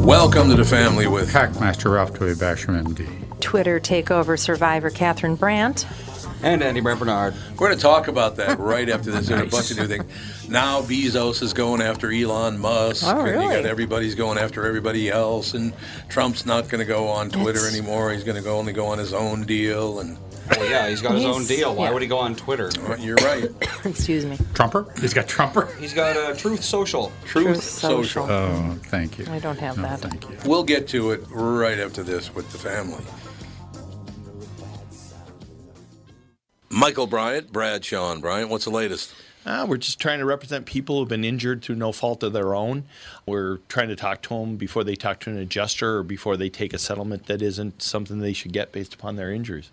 Welcome to the family with Hackmaster Ralph Toy Basham, MD. Twitter takeover survivor Catherine Brandt. And Andy Brent Bernard. We're going to talk about that right after this. There's a bunch of new things. Now Bezos is going after Elon Musk. Oh, And you really? got everybody's going after everybody else. And Trump's not going to go on Twitter That's- anymore. He's going to go only go on his own deal. And Well, Oh, yeah, he's got his own He's- deal. Why yeah. would he go on Twitter? well, you're right. Excuse me. Trumper? He's got Trumper? He's got uh, Truth Social. Truth, Truth social. Social. Oh, thank you. I don't have No, that. Thank you. We'll get to it right after this with the family. Michael Bryant, Brad Sean Bryant, what's the latest? Ah, we're just trying to represent people who've been injured through no fault of their own. We're trying to talk to them before they talk to an adjuster or before they take a settlement that isn't something they should get based upon their injuries.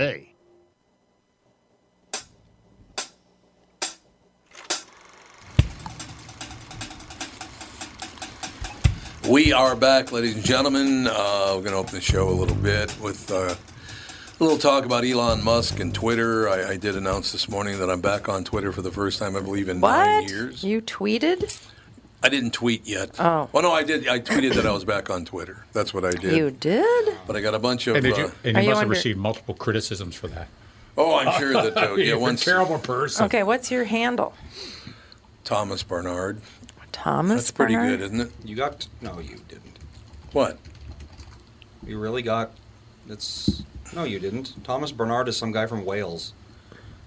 We are back, ladies and gentlemen. Uh, we're going to open the show a little bit with uh, a little talk about Elon Musk and Twitter. I, I did announce this morning that I'm back on Twitter for the first time, I believe, in nine What? years. You tweeted? I didn't tweet yet. Oh. Well, no, I did. I tweeted that I was back on Twitter. That's what I did. You did? But I got a bunch of. And, did uh, you, and Are you must you have under- received multiple criticisms for that. oh, I'm sure that. Uh, yeah, You're a once terrible person. Okay, what's your handle? Thomas Barnard. Thomas. That's pretty Bernard? good, isn't it? You got. No, you didn't. What? You really got. It's. No, you didn't. Thomas Bernard is some guy from Wales.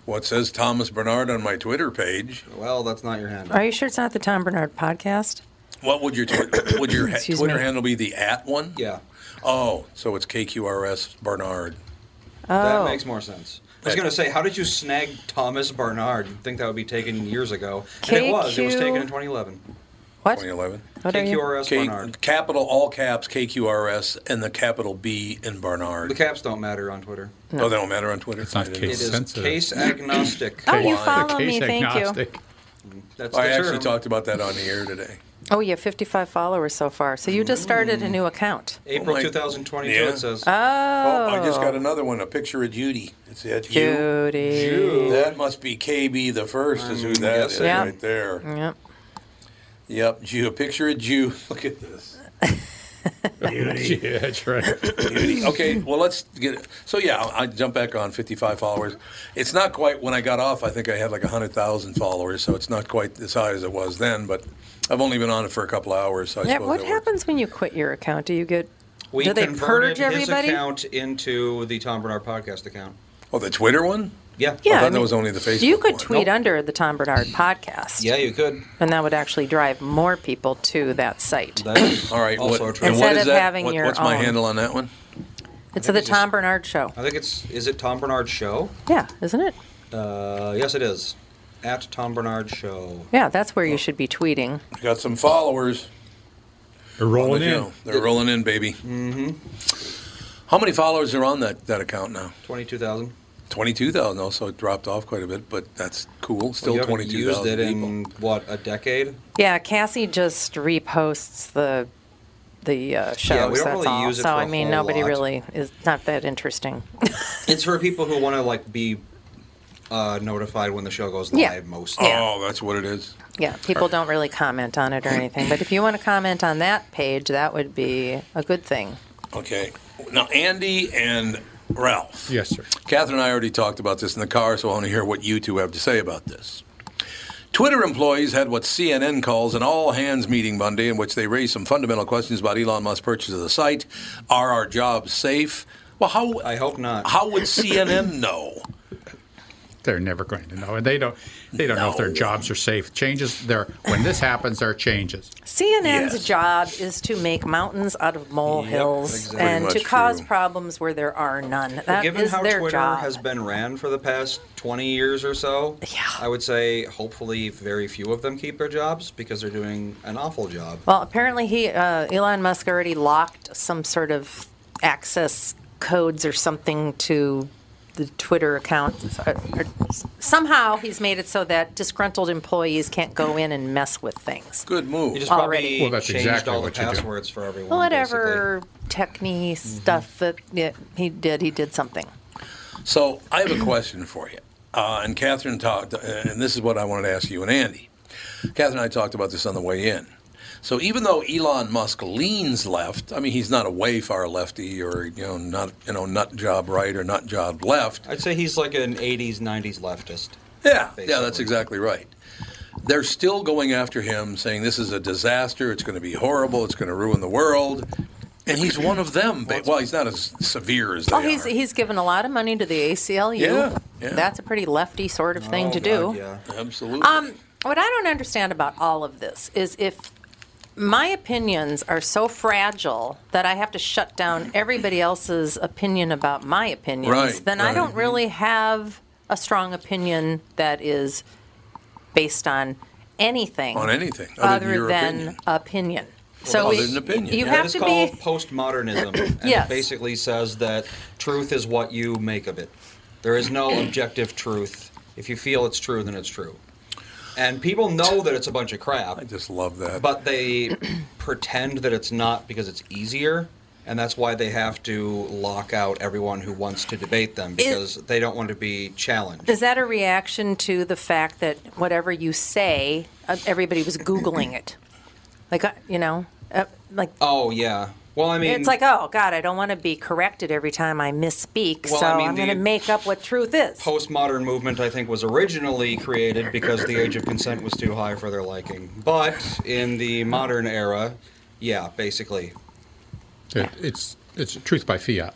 What says Thomas Bernard on my Twitter page? Well, that's not your handle. Are you sure it's not the Tom Bernard podcast? What would your twi- would your ha- Excuse Twitter me. handle be? The at one? Yeah. Oh, so it's KQRS Barnard. That Oh. makes more sense. I was That- going to say, how did you snag Thomas Bernard? You'd think that would be taken years ago. And it KQ was. It was taken in 2011. What? 2011. What are you? KQRS K- Bernard. capital all caps KQRS and the capital B in Barnard. The caps don't matter on Twitter. Oh, that don't matter on Twitter. It's not I didn't K- It know. is Sensitive. case agnostic. Oh, you Why? follow Case me. Thank you. agnostic. That's I the actually term. talked about that on the air today. Oh, you have 55 followers so far. So you just Mm. started a new account. April Oh my- 2022, Yeah. it says. Oh, I just got another one. A picture of Judy. Is that you? Judy. That must be KB the first. Is Mm, who that is guessing. Yeah. right there. Yep. Yep, Jew. A picture of Jew. Look at this. Beauty. yeah, that's right. Beauty. Okay, well, let's get it. So, yeah, I I jump back on 55 followers. It's not quite, when I got off, I think I had like 100,000 followers, so it's not quite as high as it was then, but I've only been on it for a couple hours, so I Yeah, suppose what that works. happens when you quit your account? Do you get? We do they converted purge his everybody? account into the Tom Bernard podcast account. Oh, the Twitter one? Yeah. Yeah, I thought I that mean, was only the Facebook You could one. tweet Nope. under the Tom Bernard podcast. Yeah, you could. And that would actually drive more people to that site. That's All right, also what, true. and what Instead is of that? having What- your what's my own. handle on that one? it's the it's just- Tom Bernard Show. I think it's is it Tom Bernard Show? Yeah, isn't it? Uh, yes, it is. At Tom Bernard Show. Yeah, that's where you should be tweeting. I got some followers. They're rolling But, you in. know, they're rolling in, baby. Mm-hmm. Mm-hmm. How many followers are on that, that account now? Twenty-two thousand. 22,000, also it dropped off quite a bit, but that's cool. Still you haven't used 22,000 it people. in what a decade. Yeah, Cassie just reposts the the uh, shows. don't that's really all. use it so for I a mean, whole nobody lot. really is not that interesting. It's for people who want to like be uh, notified when the show goes live. Yeah. Mostly. Yeah. Oh, that's what it is. yeah, people don't really comment on it or anything. But if you want to comment on that page, that would be a good thing. Okay. Now, Andy and Ralph. Yes, sir. Catherine and I already talked about this in the car, so I want to hear what you two have to say about this. Twitter employees had what CNN calls an all hands meeting Monday in which they raised some fundamental questions about Elon Musk's purchase of the site. Are our jobs safe? Well, how I hope not. how would CNN know? They're never going to know, and they don't. They don't know if their No. jobs are safe. Changes there when this happens, there are changes. CNN's Yes. job is to make mountains out of molehills exactly. and Pretty to much cause true. problems where there are none. That is Given how their Twitter job. has been ran for the past 20 years or so, Yeah. I would say hopefully very few of them keep their jobs because they're doing an awful job. Well, apparently he, uh, Elon Musk, already locked some sort of access codes or something to the Twitter account. Uh, or Somehow he's made it so that disgruntled employees can't go in and mess with things. Good move. You just Already. probably Well, that's changed exactly all the what you do. passwords for everyone. Whatever technique Mm-hmm. stuff that yeah, he did, he did something. So I have a question for you. Uh, and Catherine talked, and this is what I wanted to ask you and Andy. Catherine and I talked about this on the way in. So even though Elon Musk leans left, I mean he's not a way far lefty or you know not you know nut job right or nut job left. Basically. I'd say he's like an 80s, 90s leftist. Yeah, yeah, that's Basically. exactly right. They're still going after him, saying this is a disaster. It's going to be horrible. It's going to ruin the world. And he's one of them. ba- Well, he's not as severe as they Oh, he's are. he's given a lot of money to the ACLU. Yeah, yeah. That's a pretty lefty sort of thing Oh, to God, do. Yeah. Absolutely. Um, what I don't understand about all of this is if my opinions are so fragile that I have to shut down everybody else's opinion about my opinions, Right, then I right. don't really have a strong opinion that is based on anything on anything other, other than your than opinion. opinion. so other we- than opinion, you yeah. have it's to called be postmodernism. and Yes. it basically says that truth is what you make of it. There is no objective truth. If you feel it's true, then it's true. And people know that it's a bunch of crap. I just love that. but they pretend that it's not because it's easier and that's why they have to lock out everyone who wants to debate them because they don't want to be challenged Is that a reaction to the fact that whatever you say, uh, everybody was Googling it? Like, uh, you know, uh, like oh yeah well i mean it's like, oh God, I don't want to be corrected every time I misspeak, Well, so I mean, I'm going to the- make up what truth is. postmodern movement i think was originally created because the age of consent was too high for their liking but in the modern era yeah basically It, it's it's truth by fiat.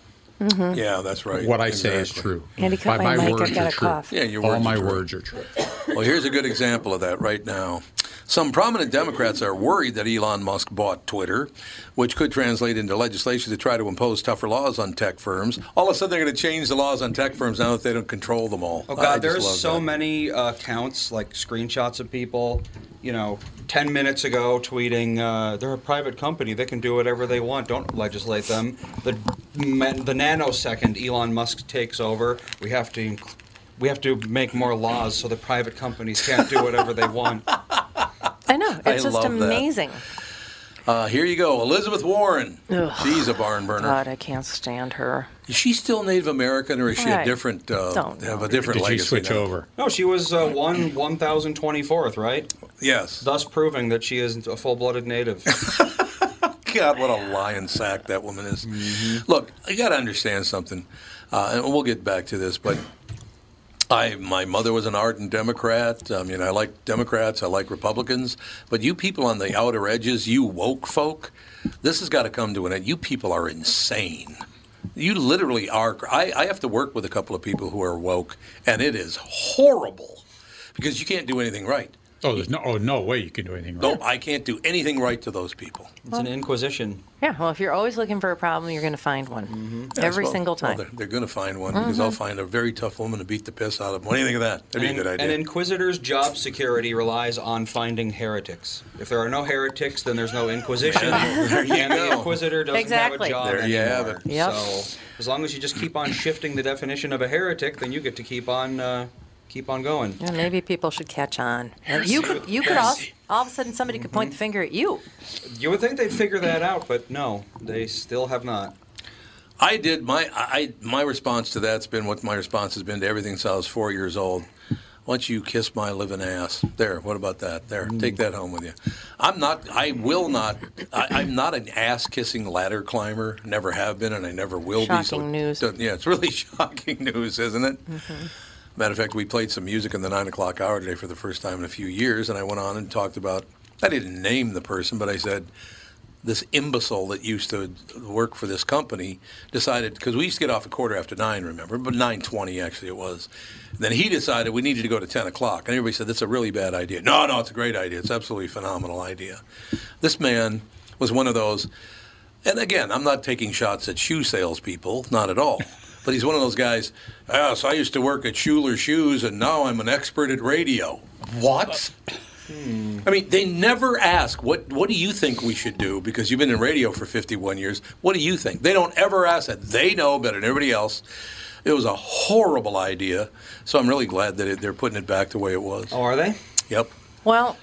Yeah, that's right. What I say is Exactly. true. Andy, cut By my mic, I've words got are a true. cough. Yeah, your All words my are true. words are true. Well, here's a good example of that right now. Some prominent Democrats are worried that Elon Musk bought Twitter, which could translate into legislation to try to impose tougher laws on tech firms. All of a sudden, they're going to change the laws on tech firms now that they don't control them all. Oh I God, just there's love so that. many uh, accounts, like screenshots of people, you know, ten minutes ago tweeting, uh, "They're a private company; they can do whatever they want. Don't legislate them." The ma- the nanosecond Elon Musk takes over, we have to inc- we have to make more laws so the private companies can't do whatever they want. I know it's I just love that. amazing. Uh, here you go, Elizabeth Warren. She's a barn burner. God, I can't stand her. Is she still Native American, or is she a Right. different? Uh, Don't have know. a different Did you legacy switch now? over? No, she was uh, one one thousand twenty fourth, right? Yes. Thus proving that she isn't a full blooded native. God, what a lion sack that woman is. Look, I got to understand something, uh, and we'll get back to this, but I my mother was an ardent Democrat. I mean, I like Democrats, I like Republicans, but you people on the outer edges, you woke folk, this has got to come to an end. You people are insane. You literally are. I, I have to work with a couple of people who are woke, and it is horrible because you can't do anything right. Oh, there's no, oh, no way you can do anything right. No, I can't do anything right to those people. It's an inquisition. Yeah, well, if you're always looking for a problem, you're going to find one every Well, single well, time. Mm-hmm. they're they're going to find one because I'll find a very tough woman to beat the piss out of. What do you think of that? That'd be a An- good idea. An inquisitor's job security relies on finding heretics. If there are no heretics, then there's no inquisition, and the go. inquisitor doesn't Exactly. have a job There you anymore. have it. Yep. So as long as you just keep on shifting the definition of a heretic, then you get to keep on uh, keep on going. Yeah, maybe people should catch on. You could, you could all, all of a sudden somebody could point the finger at you. You would think they'd figure that out, but no, they still have not. I did my I my response to that's been what my response has been to everything since I was four years old. Once you kiss my living ass, there. What about that? There, take that home with you. I'm not. I will not. I, I'm not an ass kissing ladder climber. Never have been, and I never will be. So Shocking news. Mm-hmm. don't- Yeah, it's really shocking news, isn't it? Matter of fact, we played some music in the nine o'clock hour today for the first time in a few years, and I went on and talked about. I didn't name the person, but I said this imbecile that used to work for this company decided because we used to get off a quarter after nine, remember? But nine twenty actually it was. Then he decided we needed to go to ten o'clock, and everybody said that's a really bad idea. No, no, it's a great idea. It's absolutely a phenomenal idea. This man was one of those. And again, I'm not taking shots at shoe salespeople, not at all. But he's one of those guys. Yes, I used to work at Schuler Shoes, and now I'm an expert at radio. What? I mean, they never ask what What do you think we should do? Because you've been in radio for 51 years. What do you think? They don't ever ask that. They know better than everybody else. It was a horrible idea. So I'm really glad that it, they're putting it back the way it was. Oh, are they? Yep. Well,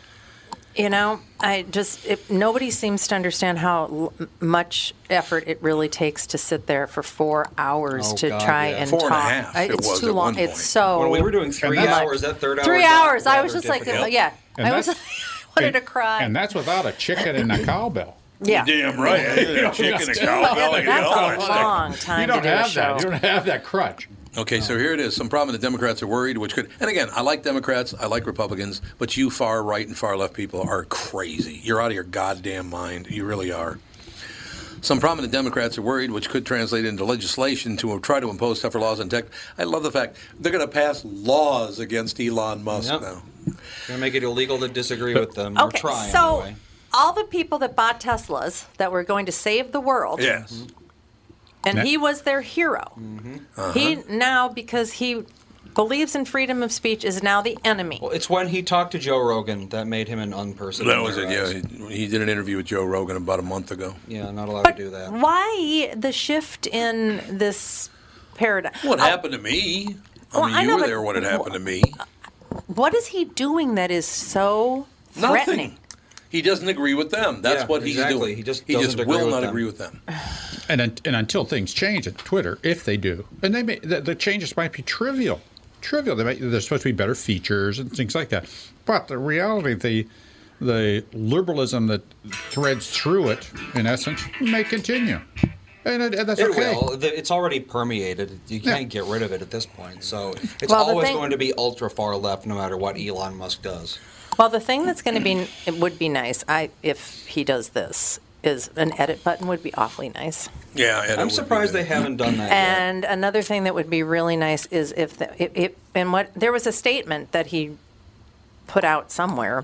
you know, I just it, nobody seems to understand how l- m- much effort it really takes to sit there for four hours Oh, to God, try yeah. and Four talk. and a half I- it it's was too at long. one It's point. so. Well, we were doing three I'm like- hours. That third hour. Three got hours. I rather was just difficult. like, yeah. And I was. that's- I wanted to cry. And that's without a chicken and a cowbell. yeah. Damn right. chicken and Yeah, cowbell. but you know, that's it's a like- long time You don't to do a have show. that. You don't have that crutch. Okay, so here it is. Some problem the Democrats are worried, which could. And again, I like Democrats, I like Republicans, but you far right and far left people are crazy. You're out of your goddamn mind. You really are. Some prominent Democrats are worried, which could translate into legislation to try to impose tougher laws on tech. I love the fact they're going to pass laws against Elon Musk Yep. now. Gonna make it illegal to disagree with them or Okay, try so anyway. all the people that bought Teslas that were going to save the world, Yes. and Yeah. he was their hero. Mm-hmm. Uh-huh. He now, because he believes in freedom of speech, is now the enemy. Well, it's when he talked to Joe Rogan that made him an unperson. That in was their it. Yeah, eyes. he, he did an interview with Joe Rogan about a month ago. Yeah, not allowed to do that. Why the shift in this paradigm? What happened to me? I Well, mean, I you know, were but- there when it happened to me. What is he doing that is so threatening? Nothing. He doesn't agree with them. That's Yeah, what he's exactly. doing. He just he just doesn't agree will with not them. agree with them. And, un- and until things change at Twitter, if they do, and they may, the, the changes might be trivial, trivial. They might, there's supposed to be better features and things like that. But the reality, the the liberalism that threads through it, in essence, may continue, and, it, and that's It okay. will. The- It's already permeated. You Yeah. can't get rid of it at this point. So it's Well, the always thing- going to be ultra far left, no matter what Elon Musk does. Well, the thing that's going to be it would be nice I, if he does this is an edit button would be awfully nice. Yeah, and it would I'm be surprised good. they haven't done that yet. And another thing that would be really nice is if the, it, it and what there was a statement that he put out somewhere.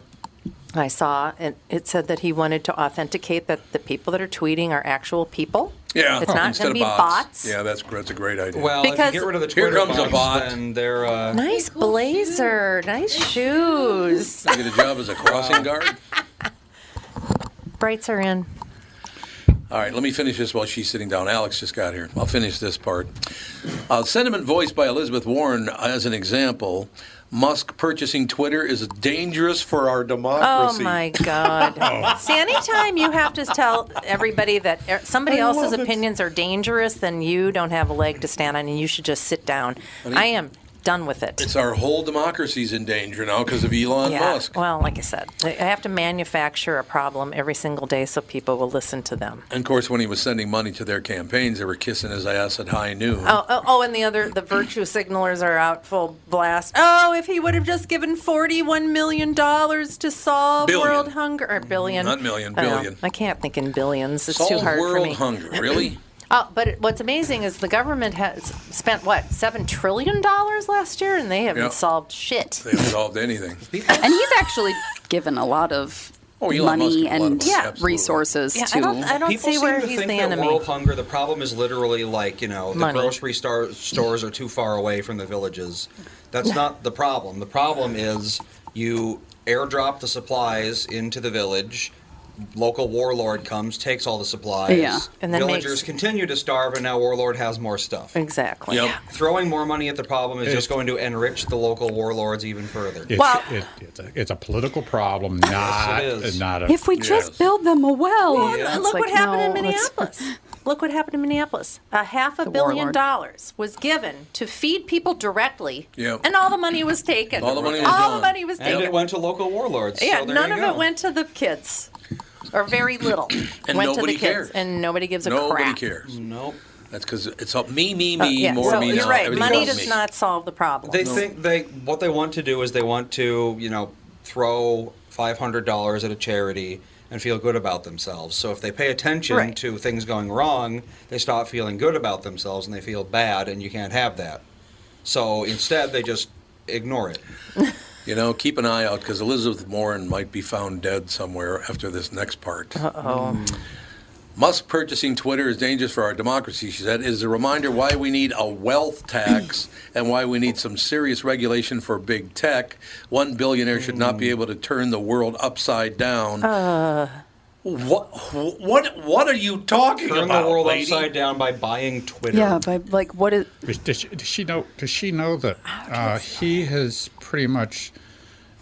I saw and it said that he wanted to authenticate that the people that are tweeting are actual people. Yeah, it's not instead going of to be bots. Yeah, that's that's a great idea. Well, Because- if you get rid of the Here Twitter comes a bots, bot. then they're uh, Nice blazer, nice shoes. I get a job as a uh, crossing guard. Brights are in. All right, let me finish this while she's sitting down. Alex just got here. I'll finish this part. Uh, sentiment voiced by Elizabeth Warren as an example. Musk purchasing Twitter is dangerous for our Oh democracy. my God! Oh. See, anytime you have to tell everybody that er- somebody else's opinions are dangerous, then you don't have a leg to stand on, and you should just sit down. I am done with it. It's our whole democracy's in danger now because of Elon yeah. Musk. Well, like I said, I I have to manufacture a problem every single day so people will listen to them. And of course, when he was sending money to their campaigns, they were kissing his ass at high noon. Oh, oh, oh, and the other, the virtue signalers are out full blast. Oh, if he would have just given $41 million to solve Billion. world hunger, or billion. Not million, I know. billion. I can't think in billions. It's Solve too hard world for me. hunger, really? Oh, but it- what's amazing is the government has spent, what, $7 trillion last year, and they haven't Yeah. solved shit. they solved anything. And he's actually given a lot of Oh, Elon Musk money gives a lot of and money, absolutely. resources Yeah, to. I don't, I don't People see seem where to he's think the that enemy. world hunger. The problem is literally like you know the Money. grocery star- stores are too far away from the villages. That's not the problem. The problem is you airdrop the supplies into the village. Local warlord comes, takes all the supplies. Yeah. And then villagers makes- continue to starve, and now warlord has more stuff. Exactly. Yep. Throwing more money at the problem is just going to enrich the local warlords even further. It's, Well- it, it's, a, it's a political problem, not, is. not a. if we just Yes. build them a well. Yeah. It's Look like, what happened no, in let's- Minneapolis. Look what happened in Minneapolis. A half a The billion warlord. dollars was given to feed people directly, Yep. and all the money was taken. All the money was All the gone. money was And taken. it went to local warlords. so yeah, there none you of go. it went to the kids, or very little. And went nobody to the cares. kids, and nobody gives a Nobody crap. cares. Nope. That's because it's up me, me, me, Uh, yeah, more so me. you're now. right. Everything Money about does me. not solve the problem. They think they what they want to do is they want to you know throw five hundred dollars at a charity and feel good about themselves. So if they pay attention Right. to things going wrong, they stop feeling good about themselves and they feel bad, and you can't have that. So instead, they just ignore it. You know, keep an eye out because Elizabeth Warren might be found dead somewhere after this next part. Hmm. oh, Musk purchasing Twitter is dangerous for our democracy, she said, is a reminder why we need a wealth tax and why we need some serious regulation for big tech. One billionaire should not Hmm. be able to turn the world upside down. Uh. what, what, what are you talking Turn about? the world lady? upside down by buying Twitter. Yeah, but like, what is? Does, does she, does she know? Does she know that Oh, uh, he has pretty much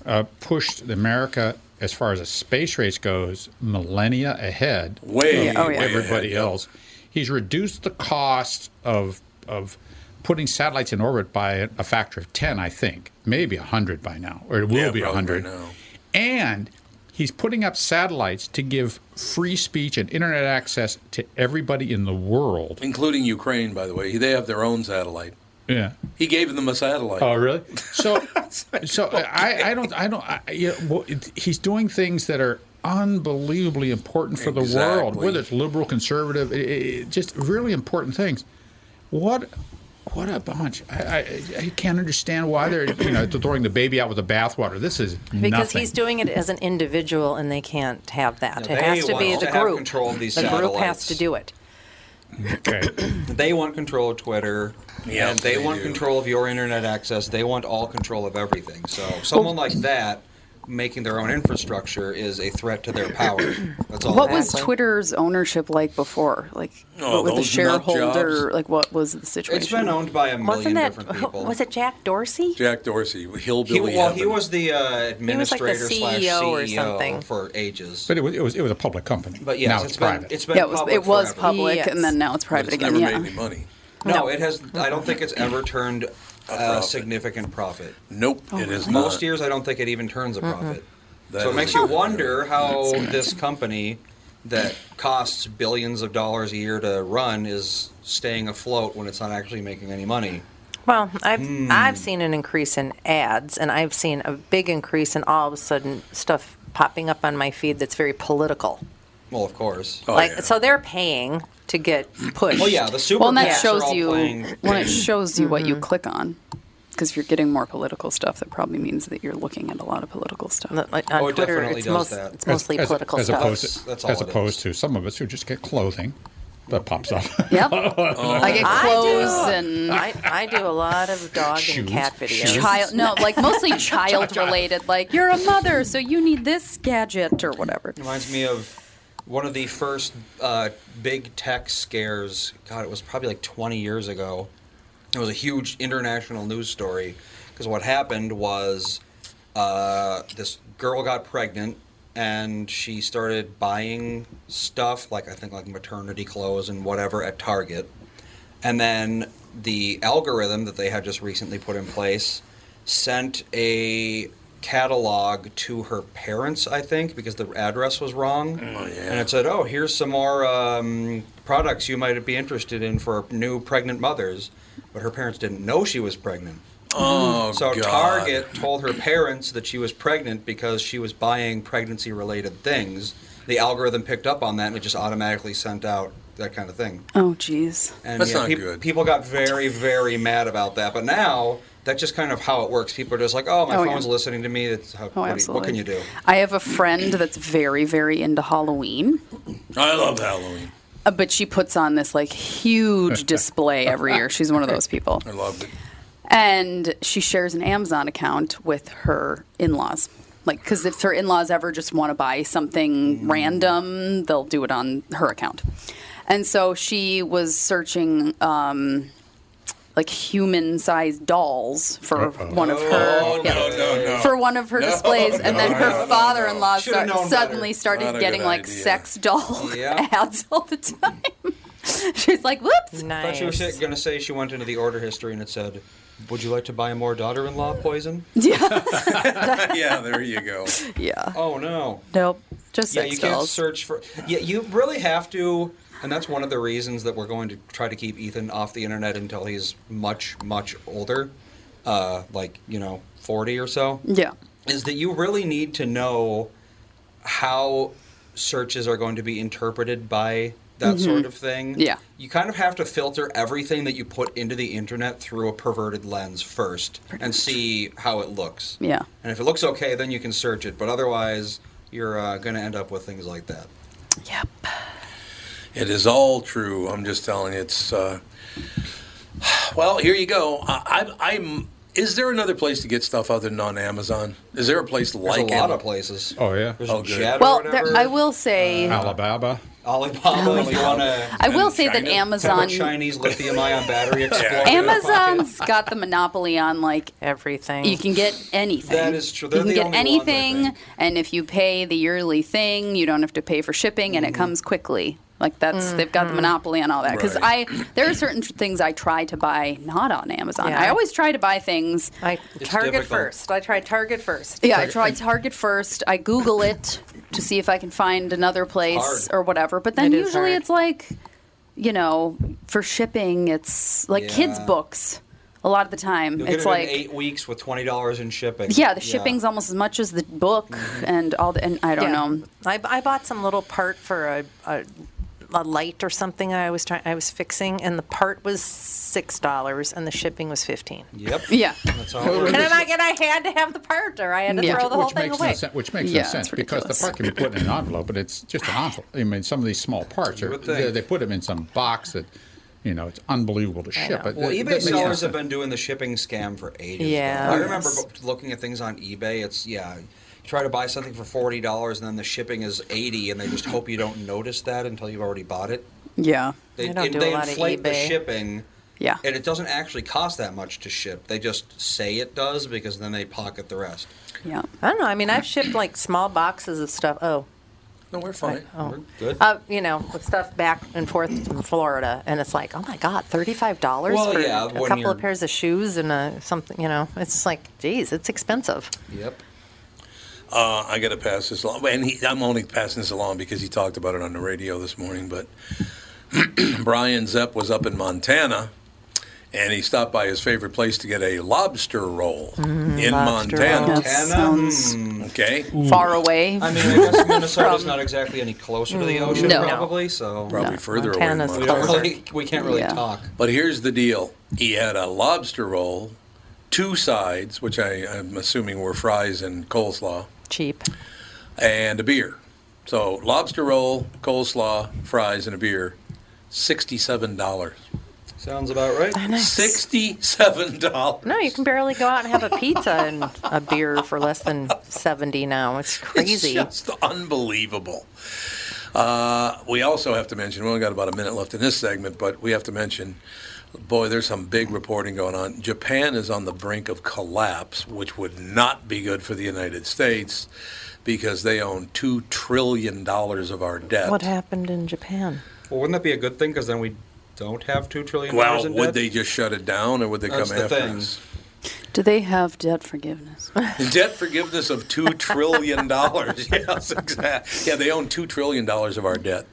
uh, pushed America as far as a space race goes, millennia ahead Way, Yeah, oh, way yeah. everybody ahead. else. He's reduced the cost of of putting satellites in orbit by a, a factor of ten, I think, maybe hundred by now, or it will Yeah, be probably hundred. now. And he's putting up satellites to give free speech and internet access to everybody in the world. Including Ukraine, by the way. They have their own satellite. Yeah. He gave them a satellite. Oh, really? So, so uh, I, I don't, I don't. I, you know, well, it, he's doing things that are unbelievably important for the world, Exactly. whether it's liberal, conservative, i i just really important things. What, what a bunch! I, I, I can't understand why they're, you know, throwing the baby out with the bathwater. This is because nothing. he's doing it as an individual, and they can't have that. Yeah, it they has to be want the to have group. control of these the group has satellites. to do it. okay. They want control of Twitter. Yeah, and they, they want do. control of your internet access. They want all control of everything. So someone like that making their own infrastructure is a threat to their power. That's all. What it is. was Twitter's ownership like before? Like, Oh, what was those the nut shareholder? jobs. Like, what was the situation? It's been owned by a 1000000 Wasn't that? different people. Was it Jack Dorsey? Jack Dorsey, He, hillbilly. well, he heaven. was the uh, was like the administrator slash CEO or CEO something. for ages. But it was, it was, it was a public company. But yes, now it's, been private. it's been yeah, it was, public it was forever. public, Yes. and then now it's private It's again. never yeah. made any money. No, it has. I don't think it's ever turned a, significant profit. Nope, Oh, it is not. Most years, I don't think it even turns a profit. That so is it makes a you good wonder how this company that costs billions of dollars a year to run is staying afloat when it's not actually making any money. Well, I've Hmm. I've seen an increase in ads, and I've seen a big increase in all of a sudden stuff popping up on my feed that's very political. Well, of course. Oh, like yeah. so, they're paying to get pushed. Well, Oh, yeah, the super. Well, and that PACs are shows all you playing- when it shows you what you Mm-hmm. click on, because if you're getting more political stuff, that probably means that you're looking at a lot of political stuff. But, like, on Oh, it Twitter, definitely it's, does most, that. it's mostly as, political as stuff. opposed, That's- to, that's all as it opposed is. to some of us who just get clothing that pops up. Yep. Oh. I get I clothes do. and I, I do a lot of dog and Shoes. cat videos. Shoes. child. No, like mostly child related. Like you're a mother, so you need this gadget or whatever. Reminds me of one of the first uh, big tech scares. God, it was probably like 20 years ago. It was a huge international news story because what happened was uh, this girl got pregnant and she started buying stuff like I think like maternity clothes and whatever at Target And then the algorithm that they had just recently put in place sent a catalog to her parents, I think, because the address was wrong. And it said, oh, here's some more um, products you might be interested in for new pregnant mothers. But her parents didn't know she was pregnant. Oh, So God. Target told her parents that she was pregnant because she was buying pregnancy related things. The algorithm picked up on that and it just automatically sent out that kind of thing. Oh, geez. And That's yeah, not peop- good. people got very, very mad about that. But now that's just kind of how it works. People are just like, oh, my Oh, yeah. phone's listening to me. That's how, Oh, what, do you- absolutely. what can you do? I have a friend that's very, very into Halloween, I love Halloween. uh, but she puts on this like huge display every year. She's one of those people. I loved it. And she shares an Amazon account with her in laws. Like, because if her in laws ever just want to buy something random, they'll do it on her account. And so she was searching um, like human sized dolls for one of her. Oh, yeah, no, no, no. For one of her No, displays, and then no, her no, no, no. father in law Should've known better. suddenly Not a started good getting like idea. sex doll Yeah. ads all the time. She's like, whoops. I thought Nice. you were going to say she went into the order history and it said, would you like to buy more daughter in law poison? Yeah. yeah, there you go. yeah. Oh, no. Nope. Just Yeah, sex you can't dolls. search for. Yeah, you really have to, and that's one of the reasons that we're going to try to keep Ethan off the internet until he's much, much older, uh, like you know, forty or so. Yeah. Is that you really need to know how searches are going to be interpreted by that sort of thing. Mm-hmm. Yeah. You kind of have to filter everything that you put into the internet through a perverted lens first and see how it looks. Yeah. And if it looks okay, then you can search it. But otherwise, you're uh, going to end up with things like that. Yep. It is all true. I'm just telling you. It's uh, well. Here you go. I, I, I'm. Is there another place to get stuff other than on Amazon? Is there a place There's like a lot Am- of places. Oh, yeah. There's Oh, good. Jed Well, or whatever. there, I will say, Uh, Alabama. Alibaba. you want to I will say that China? Amazon, Chinese lithium-ion battery explorer? in your pocket? Amazon's got the monopoly on like Everything. you can get anything. That is true. You They're can the get only ones, I anything, think. and if you pay the yearly thing, you don't have to pay for shipping, and it comes quickly. Like that's they've got the monopoly on all that. Because Right. I there are certain tr- things I try to buy not on Amazon. Yeah. I always try to buy things. I Target difficult. first. I tried Target first. Yeah, I try Target first. I Google it to see if I can find another place Hard. or whatever. But then It is usually hard. it's like, you know, for shipping, it's like kids' Yeah. books. A lot of the time, You'll it's get it in like eight weeks with twenty dollars in shipping. yeah, the shipping's almost as much as the book Mm-hmm. and all the. And I don't know. I, I bought some little part for a, a, a light or something I was trying I was fixing, and the part was six dollars, and the shipping was fifteen. Yep. Yeah. That's all. it And is. I'm like, and I had to have the part, or I had to Yeah. throw the whole which thing makes away. no sense. Which makes no Yeah, it's sense because the ridiculous. part can be put in an envelope, but it's just an envelope. I mean, some of these small parts are would think. they, they put them in some box that, you know, it's unbelievable to ship. know. But Well, that- eBay that makes no sellers have sense. been doing the shipping scam for ages. Yeah. though. I remember Yes. bu- looking at things on eBay. It's yeah, you try to buy something for forty dollars, and then the shipping is eighty, and they just hope you don't notice that until you've already bought it. Yeah. They, I don't in- do a they lot of inflate the eBay. shipping. Yeah. And it doesn't actually cost that much to ship. They just say it does because then they pocket the rest. Yeah. I don't know. I mean, I've shipped like small boxes of stuff. Oh, No, we're fine. Oh, We're good. uh, you know, with stuff back and forth from Florida, and it's like, oh my God, thirty-five dollars Well, for yeah, a when couple you're- of pairs of shoes and a, something. You know, it's like, geez, it's expensive. yep. Uh, I got to pass this along, and he, I'm only passing this along because he talked about it on the radio this morning. But Brian Zepp was up in Montana, and he stopped by his favorite place to get a lobster roll in Mm, lobster Montana. That roll. Anna, sounds Okay, far away. I mean, I guess Minnesota's not exactly any closer to the ocean, Mm, No. probably. So probably No, further Montana's away. we than Montana. don't really, we can't really Yeah. talk. But here's the deal: he had a lobster roll, two sides, which I, I'm assuming were fries and coleslaw, Cheap. and a beer. So lobster roll, coleslaw, fries, and a beer, sixty-seven dollars. Sounds about right. Sixty-seven dollars. No, you can barely go out and have a pizza and a beer for less than seventy now. It's crazy. It's just unbelievable. Uh, we also have to mention, we only got about a minute left in this segment, but we have to mention, boy, there's some big reporting going on. Japan is on the brink of collapse, which would not be good for the United States because they own $2 trillion of our debt. What happened in Japan? Well, wouldn't that be a good thing? Because then we don't have two trillion dollars Well, in would debt. they just shut it down, or would they That's come the after thing. us? Do they have debt forgiveness? Debt forgiveness of two trillion dollars. yes, exactly. Yeah, they own two trillion dollars of our debt.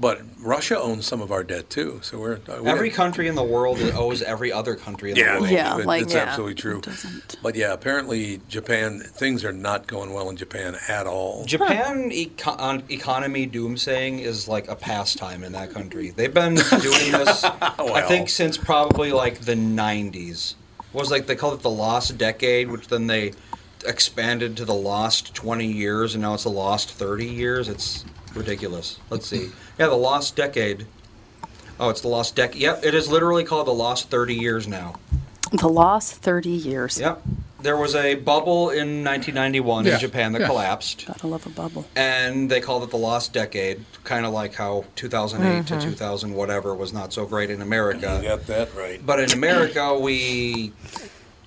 But Russia owns some of our debt too. So we're, uh, we're Every country in the world owes every other country in Yeah, the world. Yeah, it- like- it's Yeah. absolutely true. doesn't. But yeah, apparently Japan things are not going well in Japan at all. Japan eco- on economy doomsaying is like a pastime in that country. They've been doing this, I think, since probably like the '90s. Was like they called it the lost decade, which then they expanded to the lost 20 years, and now it's the lost 30 years. It's ridiculous. Let's see. Yeah, the lost decade. Oh, it's the lost decade. Yep, it is literally called the lost 30 years now. the lost 30 years. Yep. There was a bubble in 1991 Yeah, in Japan that yeah. collapsed Gotta love a bubble. and they called it the lost decade, kind of like how 2008 to 2000 whatever was not so great in America. You got that right. But in America, we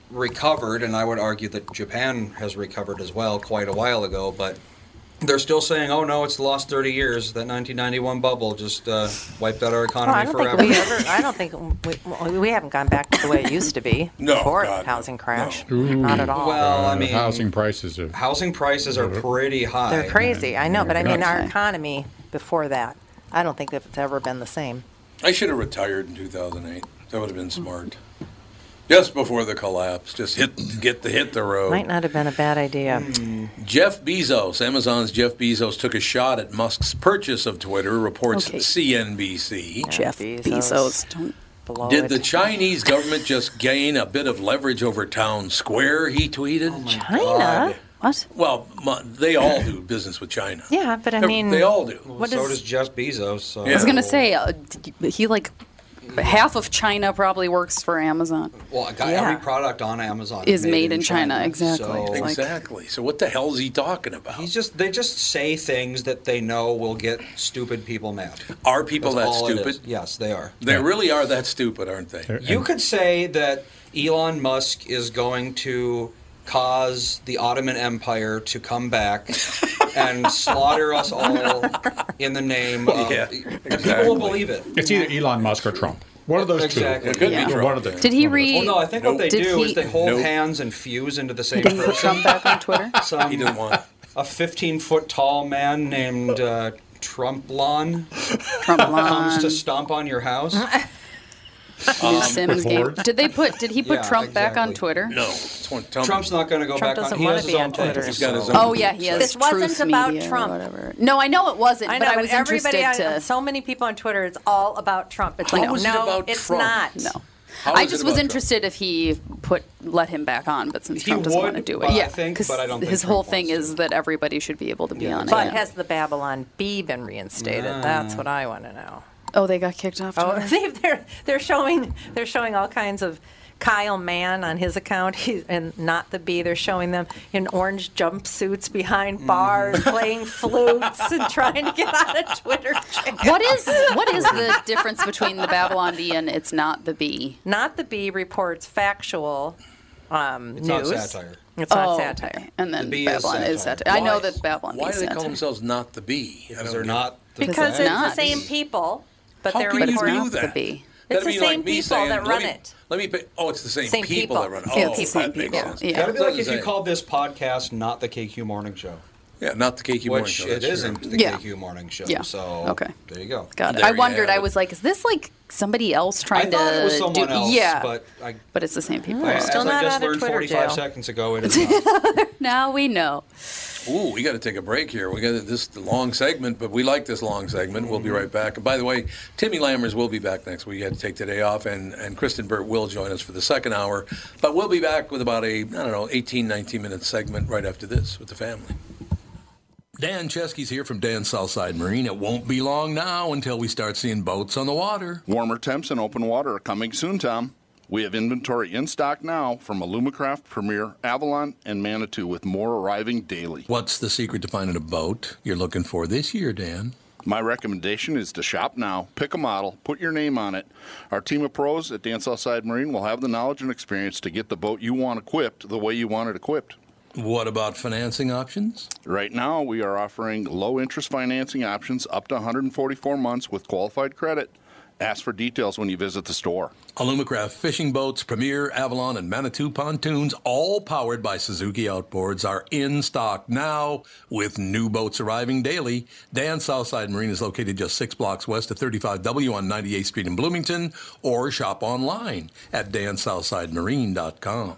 recovered, and I would argue that Japan has recovered as well quite a while ago. But they're still saying, "Oh no, it's the lost 30 years. That 1991 bubble just uh, wiped out our Well, economy I don't forever." think we ever. I don't think we, well, we haven't gone back to the way it used to be No, before God, the housing crash. no. Ooh. Not at all. well, I Uh, mean, housing prices have housing prices are pretty high. They're crazy. I know, but I mean, our Okay. economy before that. I don't think that it's ever been the same. I should have retired in 2008. That would have been smart. Just before the collapse, just hit get the hit the road. Might not have been a bad idea. Mm, Jeff Bezos, Amazon's Jeff Bezos took a shot at Musk's purchase of Twitter, reports Okay. CNBC. Jeff Bezos. Bezos. Don't, Below Did it. the Chinese government just gain a bit of leverage over town square? He Oh, tweeted. China? what? well, mu- they all do business with China. Yeah, but I They- mean, they all do. What so does does Jeff Bezos. So. Yeah. I was gonna say uh, d- he like half of China probably works for Amazon. Well, I got Yeah. every product on Amazon Is made in China, exactly. So It's like- Exactly. so what the hell is he talking about? he's just they just say things that they know will get stupid people mad. are people That's that all it is. stupid? Yes, they are. They really are that stupid, aren't they? You could say that Elon Musk is going to cause the Ottoman Empire to come back and slaughter us all in the name of Yeah, people exactly. will believe it. It's either Elon Musk or Trump. One of those Exactly. It two. could be Yeah. Trump. One of those. Did he One of those. read? Well, no, I think what they Did do is he- they hold Nope. hands and fuse into the same Did he put person. Trump back on Twitter? He Some didn't want. a 15 foot tall man named uh, Trumplon Trump comes line, to stomp on your house. Um, new Sims game. Ford. Did they put? Did he put Yeah, Trump back on exactly. Twitter? No, it's one- Trump- Trump's not going to go Trump back doesn't on. He wanna has his be own on Twitter, thing. He's got his so- own- Oh yeah, he has. This wasn't Truth about Media or Trump. whatever. No, I know it wasn't, I know, but I but was interested everybody, I, to. so many people on Twitter, it's all about Trump. It's like, How is it no, about it's Trump? not. no. How I is it just about was Trump? interested if he put let him back on, but since He Trump doesn't want to would, do but it, I yeah, think- but I don't think his Trump whole thing wants to. is that everybody should be able to be on But it. has the Babylon Bee been reinstated? That's what I want to know. oh, they got kicked off. Oh, Twitter. they, they're they're showing they're showing all kinds of Kyle Mann on his account, he, and not the bee. They're showing them in orange jumpsuits Mm-hmm. behind bars, playing flutes, and trying to get out of Twitter. jail. What is what is the difference between the Babylon Bee and it's not the bee? Not the bee reports factual um, It's not news. satire. It's not Oh, satire. okay. And then The bee is Babylon is satire. satire. I know Why- that Babylon Why is do they call satire. themselves not the bee? I Because don't they're get not. the Because it's it's the not. same people, but How they're can you But it's do reporting. not the that? bee. That'd It's be the like same me people saying, that "Let run me- it." Let me. Pay. Oh, it's the same, Same people, people. that run it. Yeah, oh, it's the same that makes people. sense. Yeah. That'd be like if Doesn't you say- called this podcast not the KQ Morning Show, Yeah, not the KQ morning which show. it that's isn't true. the Yeah. KQ Morning Show. Yeah. So Okay. there you go. Got it. There I you wondered. have I it. was like, is this like somebody else I trying thought to it was someone do? else, yeah, but Hmm. I, But it's the same people. as Hmm, still I not just out of learned Twitter 45 jail. seconds ago, it is not. Now we know. Ooh, we got to take a break here. We got this long segment, but we like this long segment. We'll be right back. And by the way, Timmy Lammers will be back next week. He had to take today off, and, and Kristen Burt will join us for the second hour. But we'll be back with about a, I don't know, 18, 19 minute segment right after this with the family. Dan Chesky's here from Dan's Southside Marine. It won't be long now until we start seeing boats on the water. Warmer temps and open water are coming soon, Tom. We have inventory in stock now from Alumacraft, Premier, Avalon, and Manitou, with more arriving daily. What's the secret to finding a boat you're looking for this year, Dan? My recommendation is to shop now, pick a model, put your name on it. Our team of pros at Dan Southside Marine will have the knowledge and experience to get the boat you want equipped the way you want it equipped. What about financing options? Right now, we are offering low interest financing options up to 144 months with qualified credit. Ask for details when you visit the store. Alumacraft fishing boats, Premier, Avalon, and Manitou pontoons, all powered by Suzuki Outboards, are in stock now with new boats arriving daily. Dan Southside Marine is located just six blocks west of 35W on 98th Street in Bloomington, or shop online at dansouthsidemarine.com.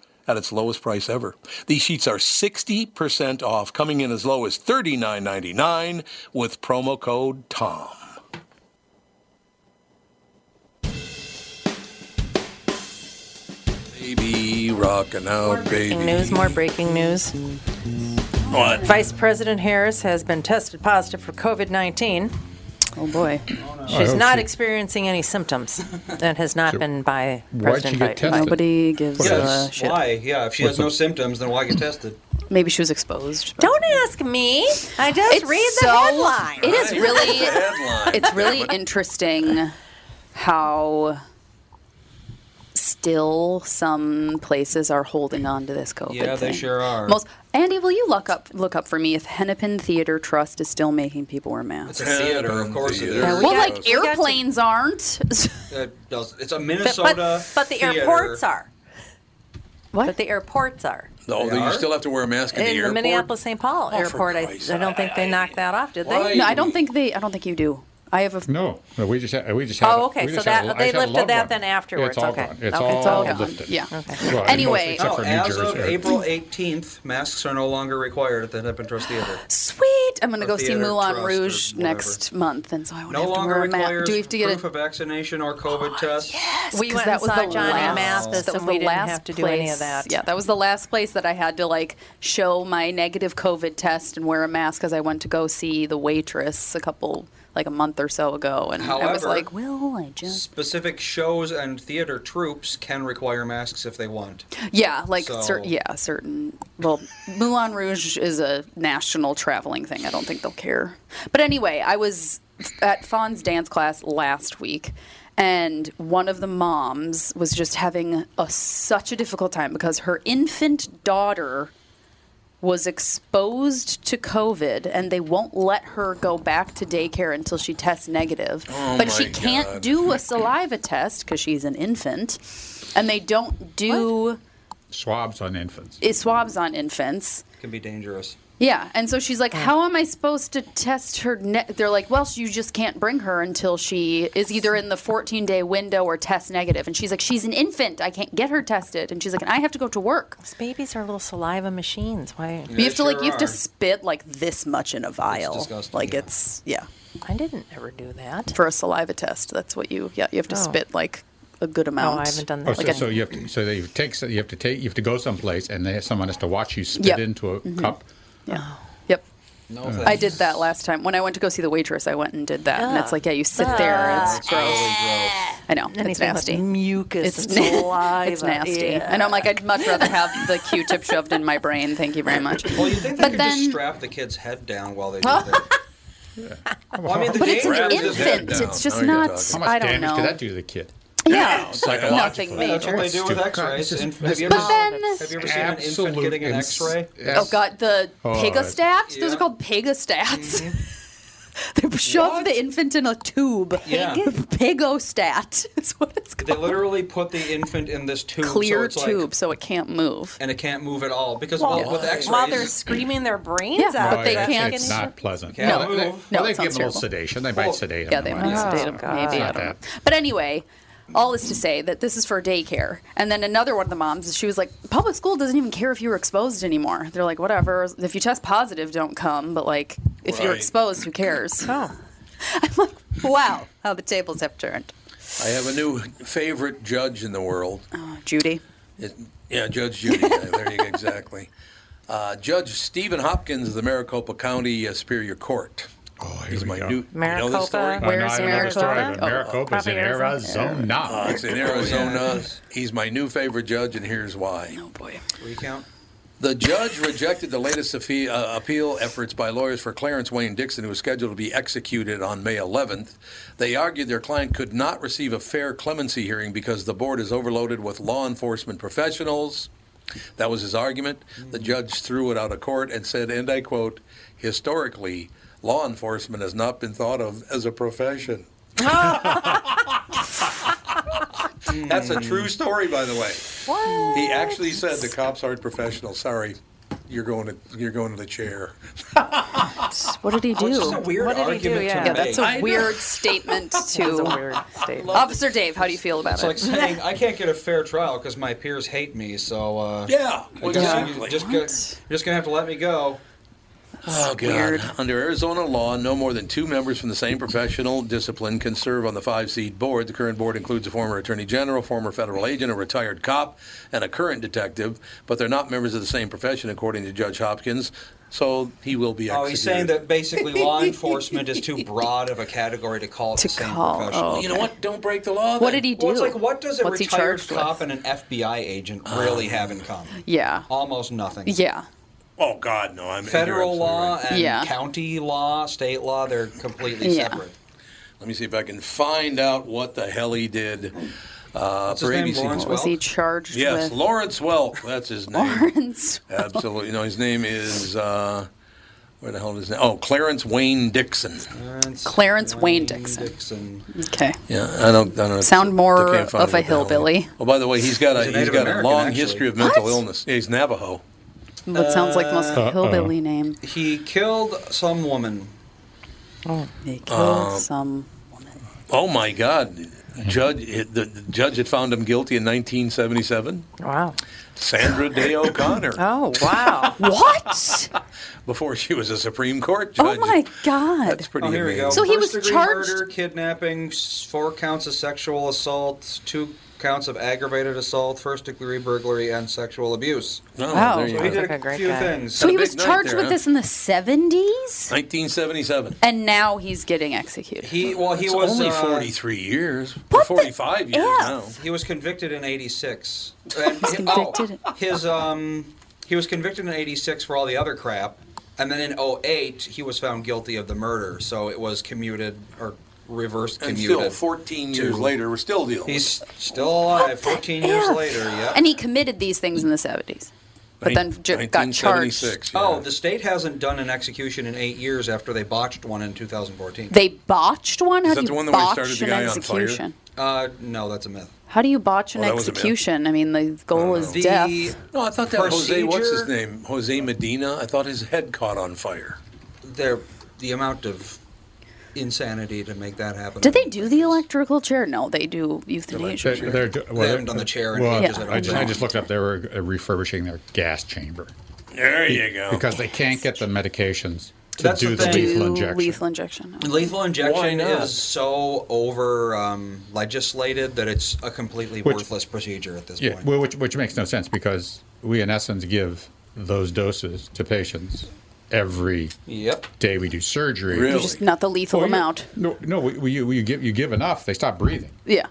at its lowest price ever. These sheets are 60% off, coming in as low as $39.99 with promo code TOM. Baby rockin' out, baby. Breaking news, more breaking news. What? Vice President Harris has been tested positive for COVID 19. Oh boy. She's hope not she- experiencing any symptoms. That has not been by Why'd she President get Biden. tested? Nobody gives Yes. a shit. Why? Yeah. If she has no symptoms, then why get tested? Maybe she was exposed. Don't ask me. I just read the headline. It is really Headline. it's really interesting how still some places are holding on to this COVID. Yeah, they thing. sure are. Most Andy, will you look up look up for me if Hennepin Theater Trust is still making people wear masks? It's a theater, of course it is. There we Well, go. like got to- airplanes aren't. It does. It's a But, Minnesota. but, but the theater. airports are. What? But the airports are. No, They you are? still have to wear a mask in the In the airport. Minneapolis St. Paul for airport, I, Christ's I don't think they sake. knocked that off, did Why? they? no, I don't think they. I don't think you do. I have a. No, no, we just had, we just had. Oh, a- okay, we so just had a- that- I they just had a lifted loved that one. then It's afterwards, all okay. gone. It's Okay, it's all all gone. lifted. Yeah. Well, in most- Anyway. uh, except No, for New as of Jersey. April 18th, masks are no longer required at the Hennepin Trust Theater. Sweet. I'm gonna Or go see theater Moulin trust or Rouge whatever. next month, and so I won't No have to longer wear a requires mask. Do we have to get proof a of vaccination or COVID test. We 'cause went and saw Johnny Mathis, that was and the we didn't last have to do any of place- that. Yeah, that was the last place that I had to like show my negative COVID test and wear a mask because I went to go see the waitress a couple like a month or so ago, and I was However- like, "Well, I just Specific shows and theater troupes can require masks if they want. yeah, like So- cer- yeah, certain." Well, Moulin Rouge is a national traveling thing. I don't think they'll care. But anyway, I was at Fawn's dance class last week. And one of the moms was just having a, such a difficult time because her infant daughter was exposed to COVID and they won't let her go back to daycare until she tests negative. but she Oh my can't God. do a saliva test because she's an infant. And they don't do Swabs on infants. i- swabs on infants. It can be dangerous. Yeah. And so she's like, How am I supposed to test her? Ne-? They're like, Well, you just can't bring her until she is either in the 14 day window or test negative. And she's like, She's an infant. I can't get her tested. And she's like, And I have to go to work. These babies are little saliva machines. Why? you have to sure like, you have to are. spit like this much in a vial. disgusting, like, yeah. it's, yeah. I didn't ever do that. for a saliva test. That's what you yeah you have to Oh. spit like a good No, amount. I haven't done Oh, that. so, so you have to, so they take you have to take you have to go someplace and they someone has to watch you spit Yep. Mm-hmm. into a cup. Oh. Yeah. Yep. No, I did that last time when I went to go see the waitress. I went and did that, and it's like yeah, you sit there. and It's gross. I know it's Anything with nasty. mucus It's, and saliva. it's nasty, Yeah. and I'm like, I'd much rather have the Q-tip shoved in my brain. Thank you very much. Well, you think they But could just then- strap the kid's head down while they do that? well, I mean, the but it's game an Wrapped his head infant. down. It's just Now Oh, you're not. talking. How much I don't damage know. did that do to the kid? Yeah, Psychologically. nothing That's major. what they do with X-rays. It's And just- Have you ever, But then- have you ever seen an infant Absolute getting an ins- X-ray? yes. Oh God, the Oh, pegostats. Those yeah. Mm-hmm. are called pegostats. they shove the infant in a tube. Yeah. Pegostat is what it's They called. literally put the infant in this tube, so Clear it's like- tube, so it can't move. and it can't move at all because Well, with, with X-rays, while they're screaming their brains Yeah, out. but they it's- can't- Oh, It's not pleasant. Can't Well, move. Oh. they, No, well, it they give them a little sounds terrible. sedation. They might Well, sedate them. Yeah, they and might whatnot. sedate him. Oh, God. Maybe I Not don't know. that. But anyway, all is to say that this is for daycare. And then another one of the moms, she was like, "Public school doesn't even care if you were exposed anymore. They're like, whatever. If you test positive, don't come. But like, if you're Right. exposed, who cares? Oh. I'm like, wow, how the tables have turned, I have a new favorite judge in the world. Oh. Judy. It- yeah, Judge Judy. Yeah, there you go. Exactly. Uh, Judge Stephen Hopkins of the Maricopa County uh, Superior Court. Oh, here He's we my go. new. You know Maricopa. this story? Oh, Where's no, I don't know the story, Maricopa? but Maricopa's in Oh, Arizona. Arizona. Uh, it's Oh, in Arizona. He's my new favorite judge, and here's why. Oh boy. recount. The judge rejected the latest appe- uh, appeal efforts by lawyers for Clarence Wayne Dixon, who was scheduled to be executed on May 11th. They argued their client could not receive a fair clemency hearing because the board is overloaded with law enforcement professionals. That was his argument. The judge threw it out of court and said, and I quote, historically, law enforcement has not been thought of as a profession. That's a true story, by the way. Oh, What? He actually said the cops aren't professional. Sorry, you're going to you're going to the chair. What did he Which is Oh, a do? weird What did he argument do? to Yeah. Yeah, make. that's a weird statement That's a to weird statement. Officer Dave. How do you feel it's about like it? saying I can't get a fair trial because my peers hate me. So uh, Yeah, I guess you just, go- you're just gonna have to let me go. Oh, God. Weird. Under Arizona law, no more than two members from the same professional discipline can serve on the five seat board. The current board includes a former attorney general, former federal agent, a retired cop, and a current detective, but they're not members of the same profession, according to Judge Hopkins. So he will be executed. Oh, he's saying that basically law enforcement is too broad of a category to call it the To same call, profession. oh. You know what? Don't break the law. then. What did he do? Well, it's like what does a What's he retired charged cop with? and an FBI agent really have in common? Yeah. Almost nothing. Yeah. Oh, God, no. I'm Federal you're absolutely law right. and Yeah. county law, state law, they're completely Yeah. separate. Let me see if I can find out what the hell he did uh, his for name, ABC. Lawrence What was he Welk? charged Yes, with? Lawrence Welk. That's his name. Lawrence. Absolutely. No, his name is. Uh, where the hell is his name? Oh, Clarence Wayne Dixon. Clarence Wayne Dixon. Dixon. Okay. Yeah, I don't. I don't know. Sound more I can't find of what a the hell he- hillbilly. Oh, by the way, he's got a He's a he's Native got a American, long actually. history of mental illness. Yeah, he's Navajo. What sounds like the most Uh-oh. hillbilly name. He killed some woman. They killed Um, some woman. Oh my God, judge the, the judge had found him guilty in 1977. Wow. Sandra Day O'Connor, Oh, wow. What? before she was a Supreme Court oh judge. my God. That's pretty. Oh, here we go. amazing. So he was First degree charged- murder, kidnapping, s- four counts of sexual assault, two counts of aggravated assault, first degree burglary, and sexual abuse. Oh, Wow. there you So go. he did Like a a great few guy. things. So he big was night charged there, with huh? this in the 70s? 1977. And now he's getting executed. He well, he It's was only uh, 43 years, What the 45 years F? now. He was convicted in '86. And- convicted. Oh, his um, he was convicted in '86 for all the other crap, and then in '08 he was found guilty of the murder. So it was commuted or reversed And commuted. still, 14 years to- later, we're still dealing. with He's still alive. 14 years F? later. Yeah. And he committed these things in the 70s. But then j- got charged. 1976, yeah. Oh, the state hasn't done an execution in eight years after they botched one in 2014. They botched one? How that do the you one that we botch started the an guy on fire? execution? uh, no, that's a myth. How do you botch an Well, that was a myth. execution? I mean, the goal is The death. No, I thought that Jose, what's his procedure- name? Jose Medina. I thought his head caught on fire. There, the amount of insanity to make that happen. Did they do the electrical chair? No, they do euthanasia. They're, they're, do- well, haven't done the chair in well, ages, I I, don't just, I know. just looked up. They were uh, refurbishing their gas chamber There you go. because they can't get the medications to That's do the the thing. lethal Do injection. Lethal injection. Lethal Why injection not? is so over um, legislated that it's a completely Which- worthless procedure at this Yeah, point. well, which which makes no sense because we in essence give those doses to patients every yep. day we do surgery. Really? Just not the lethal Well, you- amount. No, no, we, we, you, you give you give enough, they stop breathing. Yeah.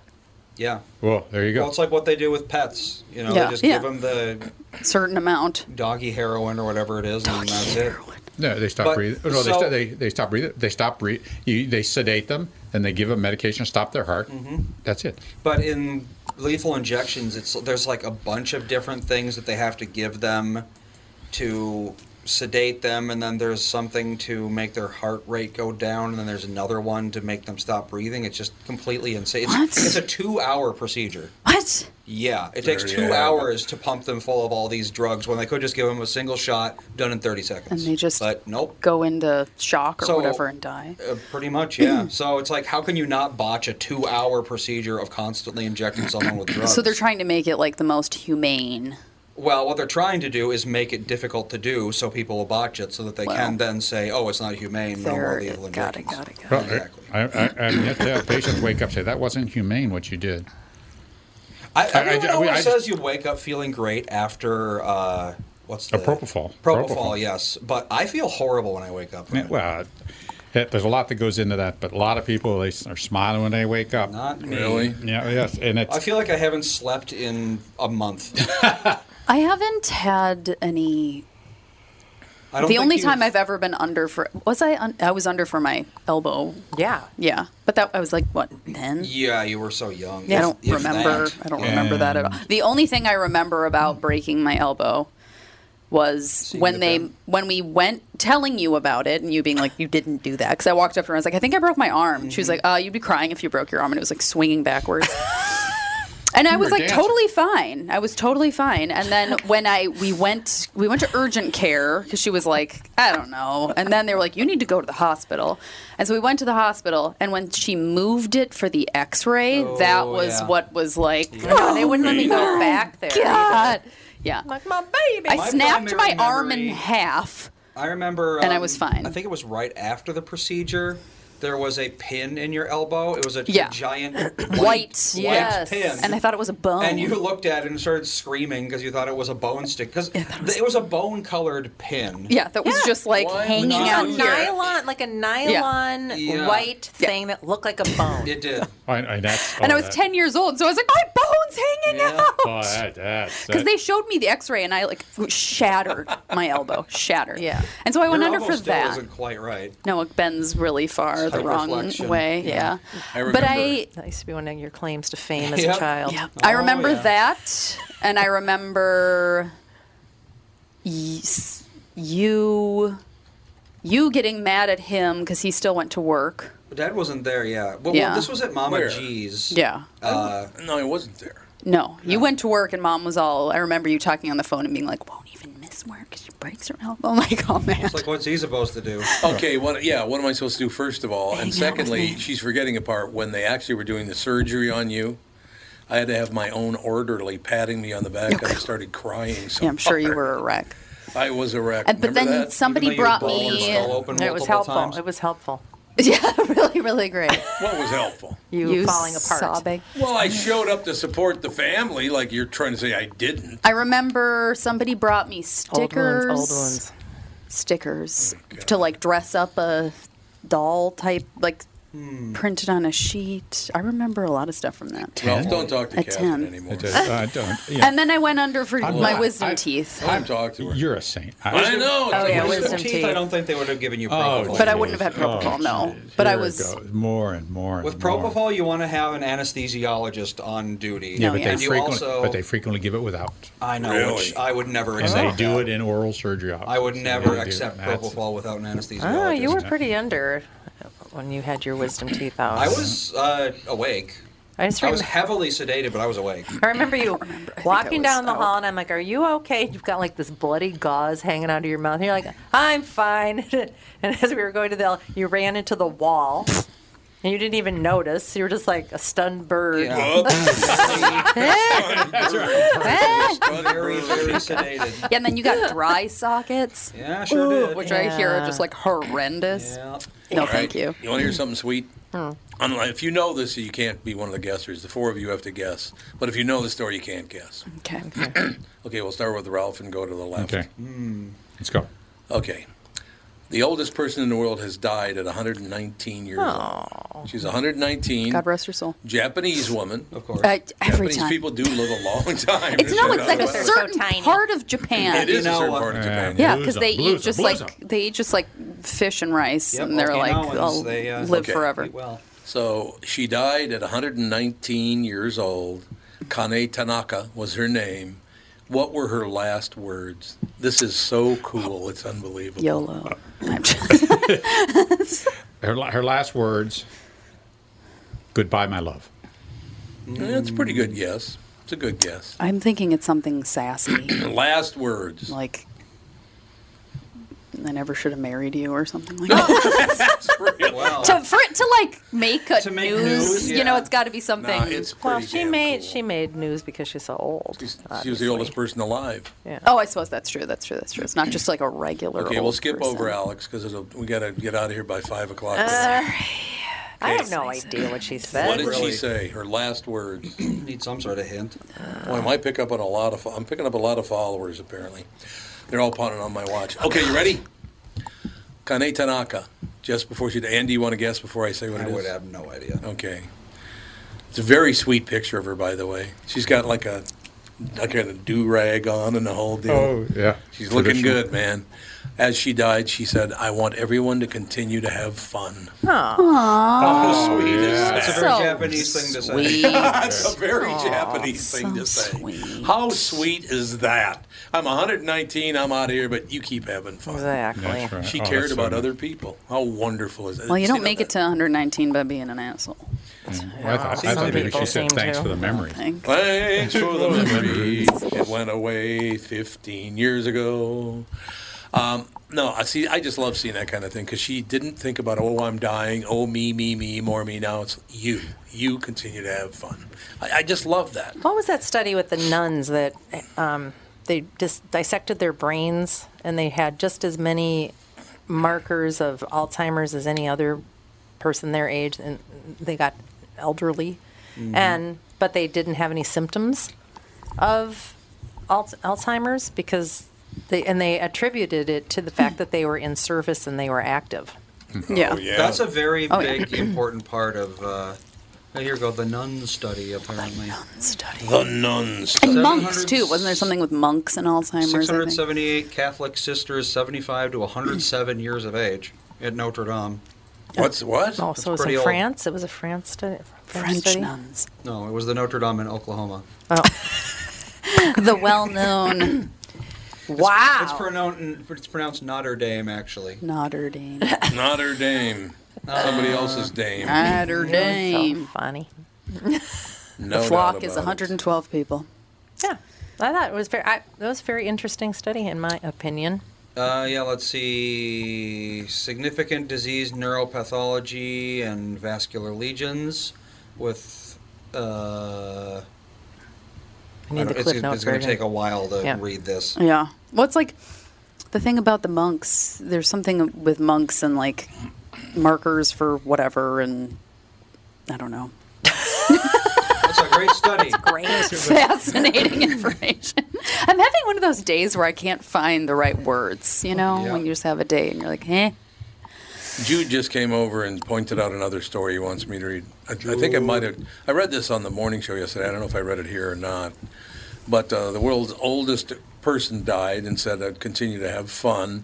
Yeah. Well, there you go. Well, it's like what they do with pets. You know, Yeah, they just yeah. give them the Certain amount. doggy heroin or whatever it is, and that's it. Heroin. No, they stop But- breathing. No, they, so- st- they, they stop breathing. They stop breathing. They sedate them and they give them medication to stop their heart. Mm-hmm. That's it. But in lethal injections, it's there's like a bunch of different things that they have to give them to sedate them, and then there's something to make their heart rate go down, and then there's another one to make them stop breathing. It's just completely insane. It's, What? it's a two-hour procedure. What? Yeah, it takes There you two have it. hours to pump them full of all these drugs when they could just give them a single shot, done in 30 seconds. And they just But nope. go into shock or So- whatever and die. Uh, pretty much, yeah. so it's like, how can you not botch a two-hour procedure of constantly injecting someone with drugs? So they're trying to make it like the most humane. Well, what they're trying to do is make it difficult to do, so people will botch it, so that they can Well, then say, "Oh, it's not humane. No more There, lethal it, got it, injections." got it, got Well, it. Exactly. I, I, I mean, that's how patients wake up and say, that wasn't humane what you did. I, everyone I- I- always I- says you wake up feeling great after uh, what's the Uh, propofol. Propofol, Propofol. yes. But I feel horrible when I wake up. Yeah, Well, it, there's a lot that goes into that, but a lot of people, they s- are smiling when they wake up. not me. Really? yeah, yes. And it's, I feel like I haven't slept in a month. I haven't had any. I don't The think only you've- time I've ever been under for was I? Un, I was under for my elbow. Yeah. Yeah, but that I was like what then? Yeah, you were so young. I If- don't if remember. that. I don't remember that at all. The only thing I remember about breaking my elbow was when the they bend. when we went telling you about it and you being like you didn't do that because I walked up to her and I was like I think I broke my arm. She was like, "Uh, you'd be crying if you broke your arm," and it was like swinging backwards. And I was were like dancing. totally fine. I was totally fine. And then when I we went we went to urgent care because she was like I don't know. And then they were like you need to go to the hospital. And so we went to the hospital. And when she moved it for the X-ray, that Oh, was yeah. what was like. "Oh, they wouldn't let me go back there. Yeah. Like my baby. I My snapped my primary arm in memory- half. I remember. And I um, was fine. I think it was right after the procedure. There was a pin in your elbow. It was a Yeah. giant white, White, yes. pin. And I thought it was a bone. And you looked at it and started screaming because you thought it was a bone stick. Because thought it was- it was a bone colored pin. yeah, that was Yeah. just like Why would hanging you out a do here. nylon, like a nylon Yeah. white thing that looked like a bone. It did. I, I, that's, and oh, I was that- 10 years old, so I was like, my bone's hanging Yeah. out. Oh, that, that's, because that- they showed me the X-ray and I like shattered my elbow, shattered. Yeah. And so I went Your under elbow for still that. Wasn't quite right. No, it bends really far the Slight wrong reflection. way. Yeah. I but remember. I, That used to be one of your claims to fame as Yeah. a child. yeah, I Oh, remember yeah. that, and I remember y- s- you, you getting mad at him because he still went to work. Dad wasn't there. Yeah. Well, Yeah. well, this was at Mama Where? G's. Yeah. Uh, No, I wasn't there. No, you went to work, and mom was all. I remember you talking on the phone and being like, "Won't even miss work because she breaks her elbow." I'm like, oh man. it's like, what's he supposed to do? Okay, what, yeah, what am I supposed to do, first of all? And secondly, she's forgetting a part when they actually were doing the surgery on you. I had to have my own orderly patting me on the back, and I started crying. So yeah, I'm sure you hard. were a wreck. I was a wreck. And, but Remember then that? somebody Even though you brought broke your me. skull open It was multiple helpful. times? It was helpful. Yeah, really, really great. What was helpful? You, falling apart. sobbing. Well, I showed up to support the family, like you're trying to say I didn't. I remember somebody brought me Old stickers, wounds, old wounds. stickers to like dress up a doll type, like printed on a sheet. I remember a lot of stuff from that. Ralph, don't talk to At Catherine 10. anymore. I just- I don't. Yeah. And then I went under for my not- wisdom I- teeth, Don't talk to her. You're a saint. I know. Oh, yeah, Wisdom wisdom teeth, teeth. I don't think they would have given you Oh, propofol. but I geez. wouldn't have had Oh, propofol. no, geez. but I Here it was. goes. more and more. And With more. propofol, you want to have an anesthesiologist on duty. Yeah, No, but yeah. they And you frequently, also- but they frequently give it without, I know, which Really? I would never and accept. they do that. it in oral surgery. Oh. I would offices. never They do. accept That's- propofol without an anesthesiologist. Oh, you were pretty under when you had your wisdom teeth out. I was uh, awake. I just I was remember. heavily sedated, but I was awake. I remember you I think walking I was down the out. hall, and I'm like, "Are you okay?" And you've got like this bloody gauze hanging out of your mouth. And you're like, "I'm fine." and as we were going to the, you ran into the wall, and you didn't even notice. You were just like a stunned bird. Yeah. very, very sedated. Yeah, and then you got dry sockets, Yeah, sure did. which I hear are Yeah. just like horrendous. yeah. No, All right, thank you. You want to hear something sweet? Unlike, if you know this, you can't be one of the guessers. The four of you have to guess. But if you know the story, you can't guess. Okay. Okay, we'll start with Ralph and go to the left. Okay. Let's go. Okay. The oldest person in the world has died at 119 years old. She's 119. God rest her soul. Japanese woman, of course. Uh, every Japanese time. people do live a long time. It's no, it's like a not- they're so certain tiny. part of Japan. It is You know a uh, certain what? part of Japan. Yeah, Blues because up, they blues eat up, just blues like up. they eat just like fish and rice, Yep, and they're like, Okinawans, "I'll they, uh, live Okay. forever." eat well. So she died at 119 years old. Kane Tanaka was her name. What were her last words? This is so cool. It's unbelievable. YOLO. I'm just- Her, la- her last words Goodbye, my love. Yeah, it's a pretty good guess. It's a good guess. I'm thinking it's something sassy, Last words. like "I never should have married you" or something like that. Wow. To, for it to like make a To make news, news, you know, yeah. it's got to be something. Nah, it's pretty Well, she damn made cool. she made news because she's so old. She was the obviously. oldest person alive. oh, I suppose that's true. That's true. That's true. It's not just like a regular. Okay, we'll old skip person. over Alex because we got to get out of here by five o'clock. I have no idea what she said. what did Really? she say? Her last words. Need some sort of hint. Boy, am I pick up on a lot of? I'm picking up a lot of followers. Apparently, they're all pounding on my watch. Okay, you ready? Kane Tanaka. Just before she. Andy, you want to guess before I say what I it is? would have no idea. Okay. It's a very sweet picture of her, by the way. She's got like a like a do rag on and the whole deal. Oh. yeah. She's looking good, man. As she died, she said, "I want everyone to continue to have fun." That's a So very Japanese thing to say. That's a very Japanese thing to say. How sweet is that? I'm 119. I'm out of here, but you keep having fun. Exactly. That's right. She Oh, cared that's about so other people. How wonderful is that? Well, you See, don't make that- it to 119 by being an asshole. nice. I thought, I Some thought maybe people she said seem thanks to. for the memory. Like, Thanks for the memory. It went away 15 years ago. Um, no, I see. I just love seeing that kind of thing because she didn't think about, oh, I'm dying. Oh, me, me, me, more me. Now it's you. You continue to have fun. I, I just love that. What was that study with the nuns that um, they dis- dissected their brains and they had just as many markers of Alzheimer's as any other person their age, and they got elderly, Mm-hmm. and but they didn't have any symptoms of Al- Alzheimer's because they and they attributed it Hmm. to the fact that they were in service and they were active. Mm-hmm. Oh, yeah. That's a very Oh, yeah. big, important part of. Uh, here you go, the nun study, apparently. Study. The nuns. And 700 monks too. Wasn't there something with monks and Alzheimer's? I think? 678 Catholic sisters, 75 to 107 years of age at Notre Dame. What's what? Oh, so it was in pretty old. France. It was a France study. French study? nuns. No, it was the Notre Dame in Oklahoma. The well-known Wow. It's, pronoun- it's pronounced Notre Dame, actually. Notre Dame. Notre Dame. Uh, Somebody else's dame. Notre so Dame. funny. No Flock doubt is about it. 112 people. Yeah, I thought it was very. I, that was a very interesting study, in my opinion. Uh, yeah, let's see. Significant disease, neuropathology, and vascular lesions with. Uh, I I need don't- the it's clip notes going to version. take a while to Yeah. read this. Yeah. Well, it's like the thing about the monks. There's something with monks and like markers for whatever, and I don't know. That's a great study. Fascinating information. I'm having one of those days where I can't find the right words. You know, Yeah. when you just have a day and you're like, eh. Jude just came over and pointed out another story he wants me to read. I, I think I might have. I read this on the morning show yesterday. I don't know if I read it here or not. But uh, the world's oldest person died and said, I'd continue to have fun.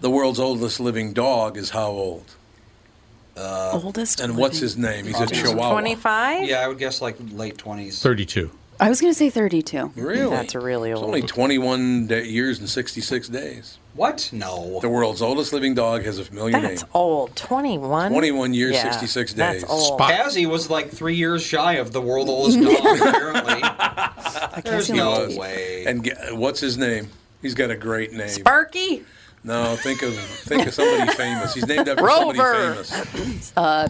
The world's oldest living dog is how old? oldest. Uh, And what's living- his name? He's a chihuahua. Twenty-five. Yeah, I would guess like late 20s. 32. I was gonna say 32. Really? That's really It's old. only 21 da years and 66 days. What? No. The world's oldest living dog has a familiar That's name. old. Twenty-one. 21 years, Yeah, 66 days. That's old. Spot- Cassie was like three years shy of the world oldest dog, apparently. There's Cassie no was. way. And ge- what's his name? He's got a great name. Sparky. No, think of think of somebody famous. He's named after Rover. somebody famous. Uh,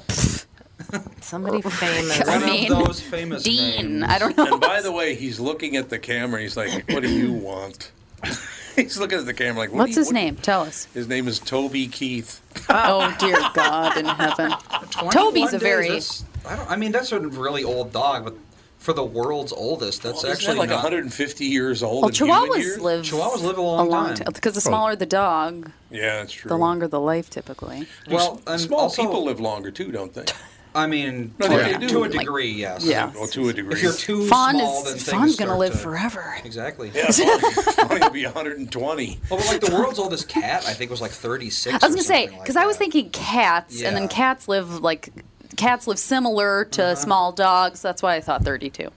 Somebody famous. I One mean, of those famous Dean. names. I don't know. And by the way, he's looking at the camera. He's like, "What do you want?" he's looking at the camera like, what do What's you- his what- name? Tell us. His name is Toby Keith. Oh dear God in heaven. 21 Toby's a days, very- that's- I, don't, I mean, that's a really old dog, but for the world's oldest. That's Well, isn't that actually like not- 150 years old. Well, in human years? Chihuahuas live. Chihuahuas live a long time. because the smaller the dog, Yeah, that's true. the longer the life typically. well, Well, and small also- people live longer too, don't they? I mean, No, to, they a- do. to a Like- degree, yes. Yeah. Well, to a degree. If you're too Fawn small, then is things fawn's gonna start live to- forever. Exactly. yeah, it's only, it's only gonna be 120. Well, but like the world's oldest cat, I think was like 36. I was going gonna to say because I was thinking cats, and then Yeah. cats live like cats live similar to Uh-huh. small dogs. That's why I thought 32.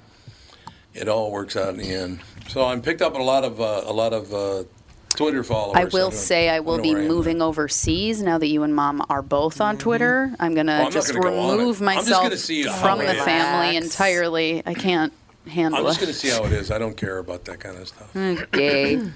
It all works out in the end. So I'm picked up on a lot of uh, a lot of uh, Twitter followers. I will don't- say I will don't be know where am. moving overseas now that you and mom are both on Twitter. I'm Well, Mm-hmm. Oh, gonna I'm not just gonna go on it. remove I'm just myself gonna see how from it the is. family Relax. entirely. I can't I'm handle just gonna it. see how it is. I don't care about that kind of stuff. Hmm. Okay, What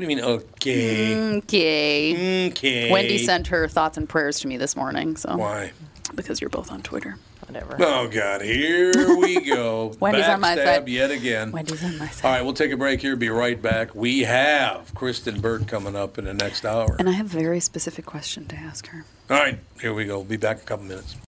do you mean? Okay. Hmm. okay. Okay. Wendy sent her thoughts and prayers to me this morning, so Why? because you're both on Twitter. Whatever. Oh God, here we go. Wendy's on my Backstab side. Yet again. Wendy's on my side. All right, we'll take a break here. Be right back. We have Kristen Burt coming up in the next hour. And I have a very specific question to ask her. All right, here we go. Be back in a couple minutes.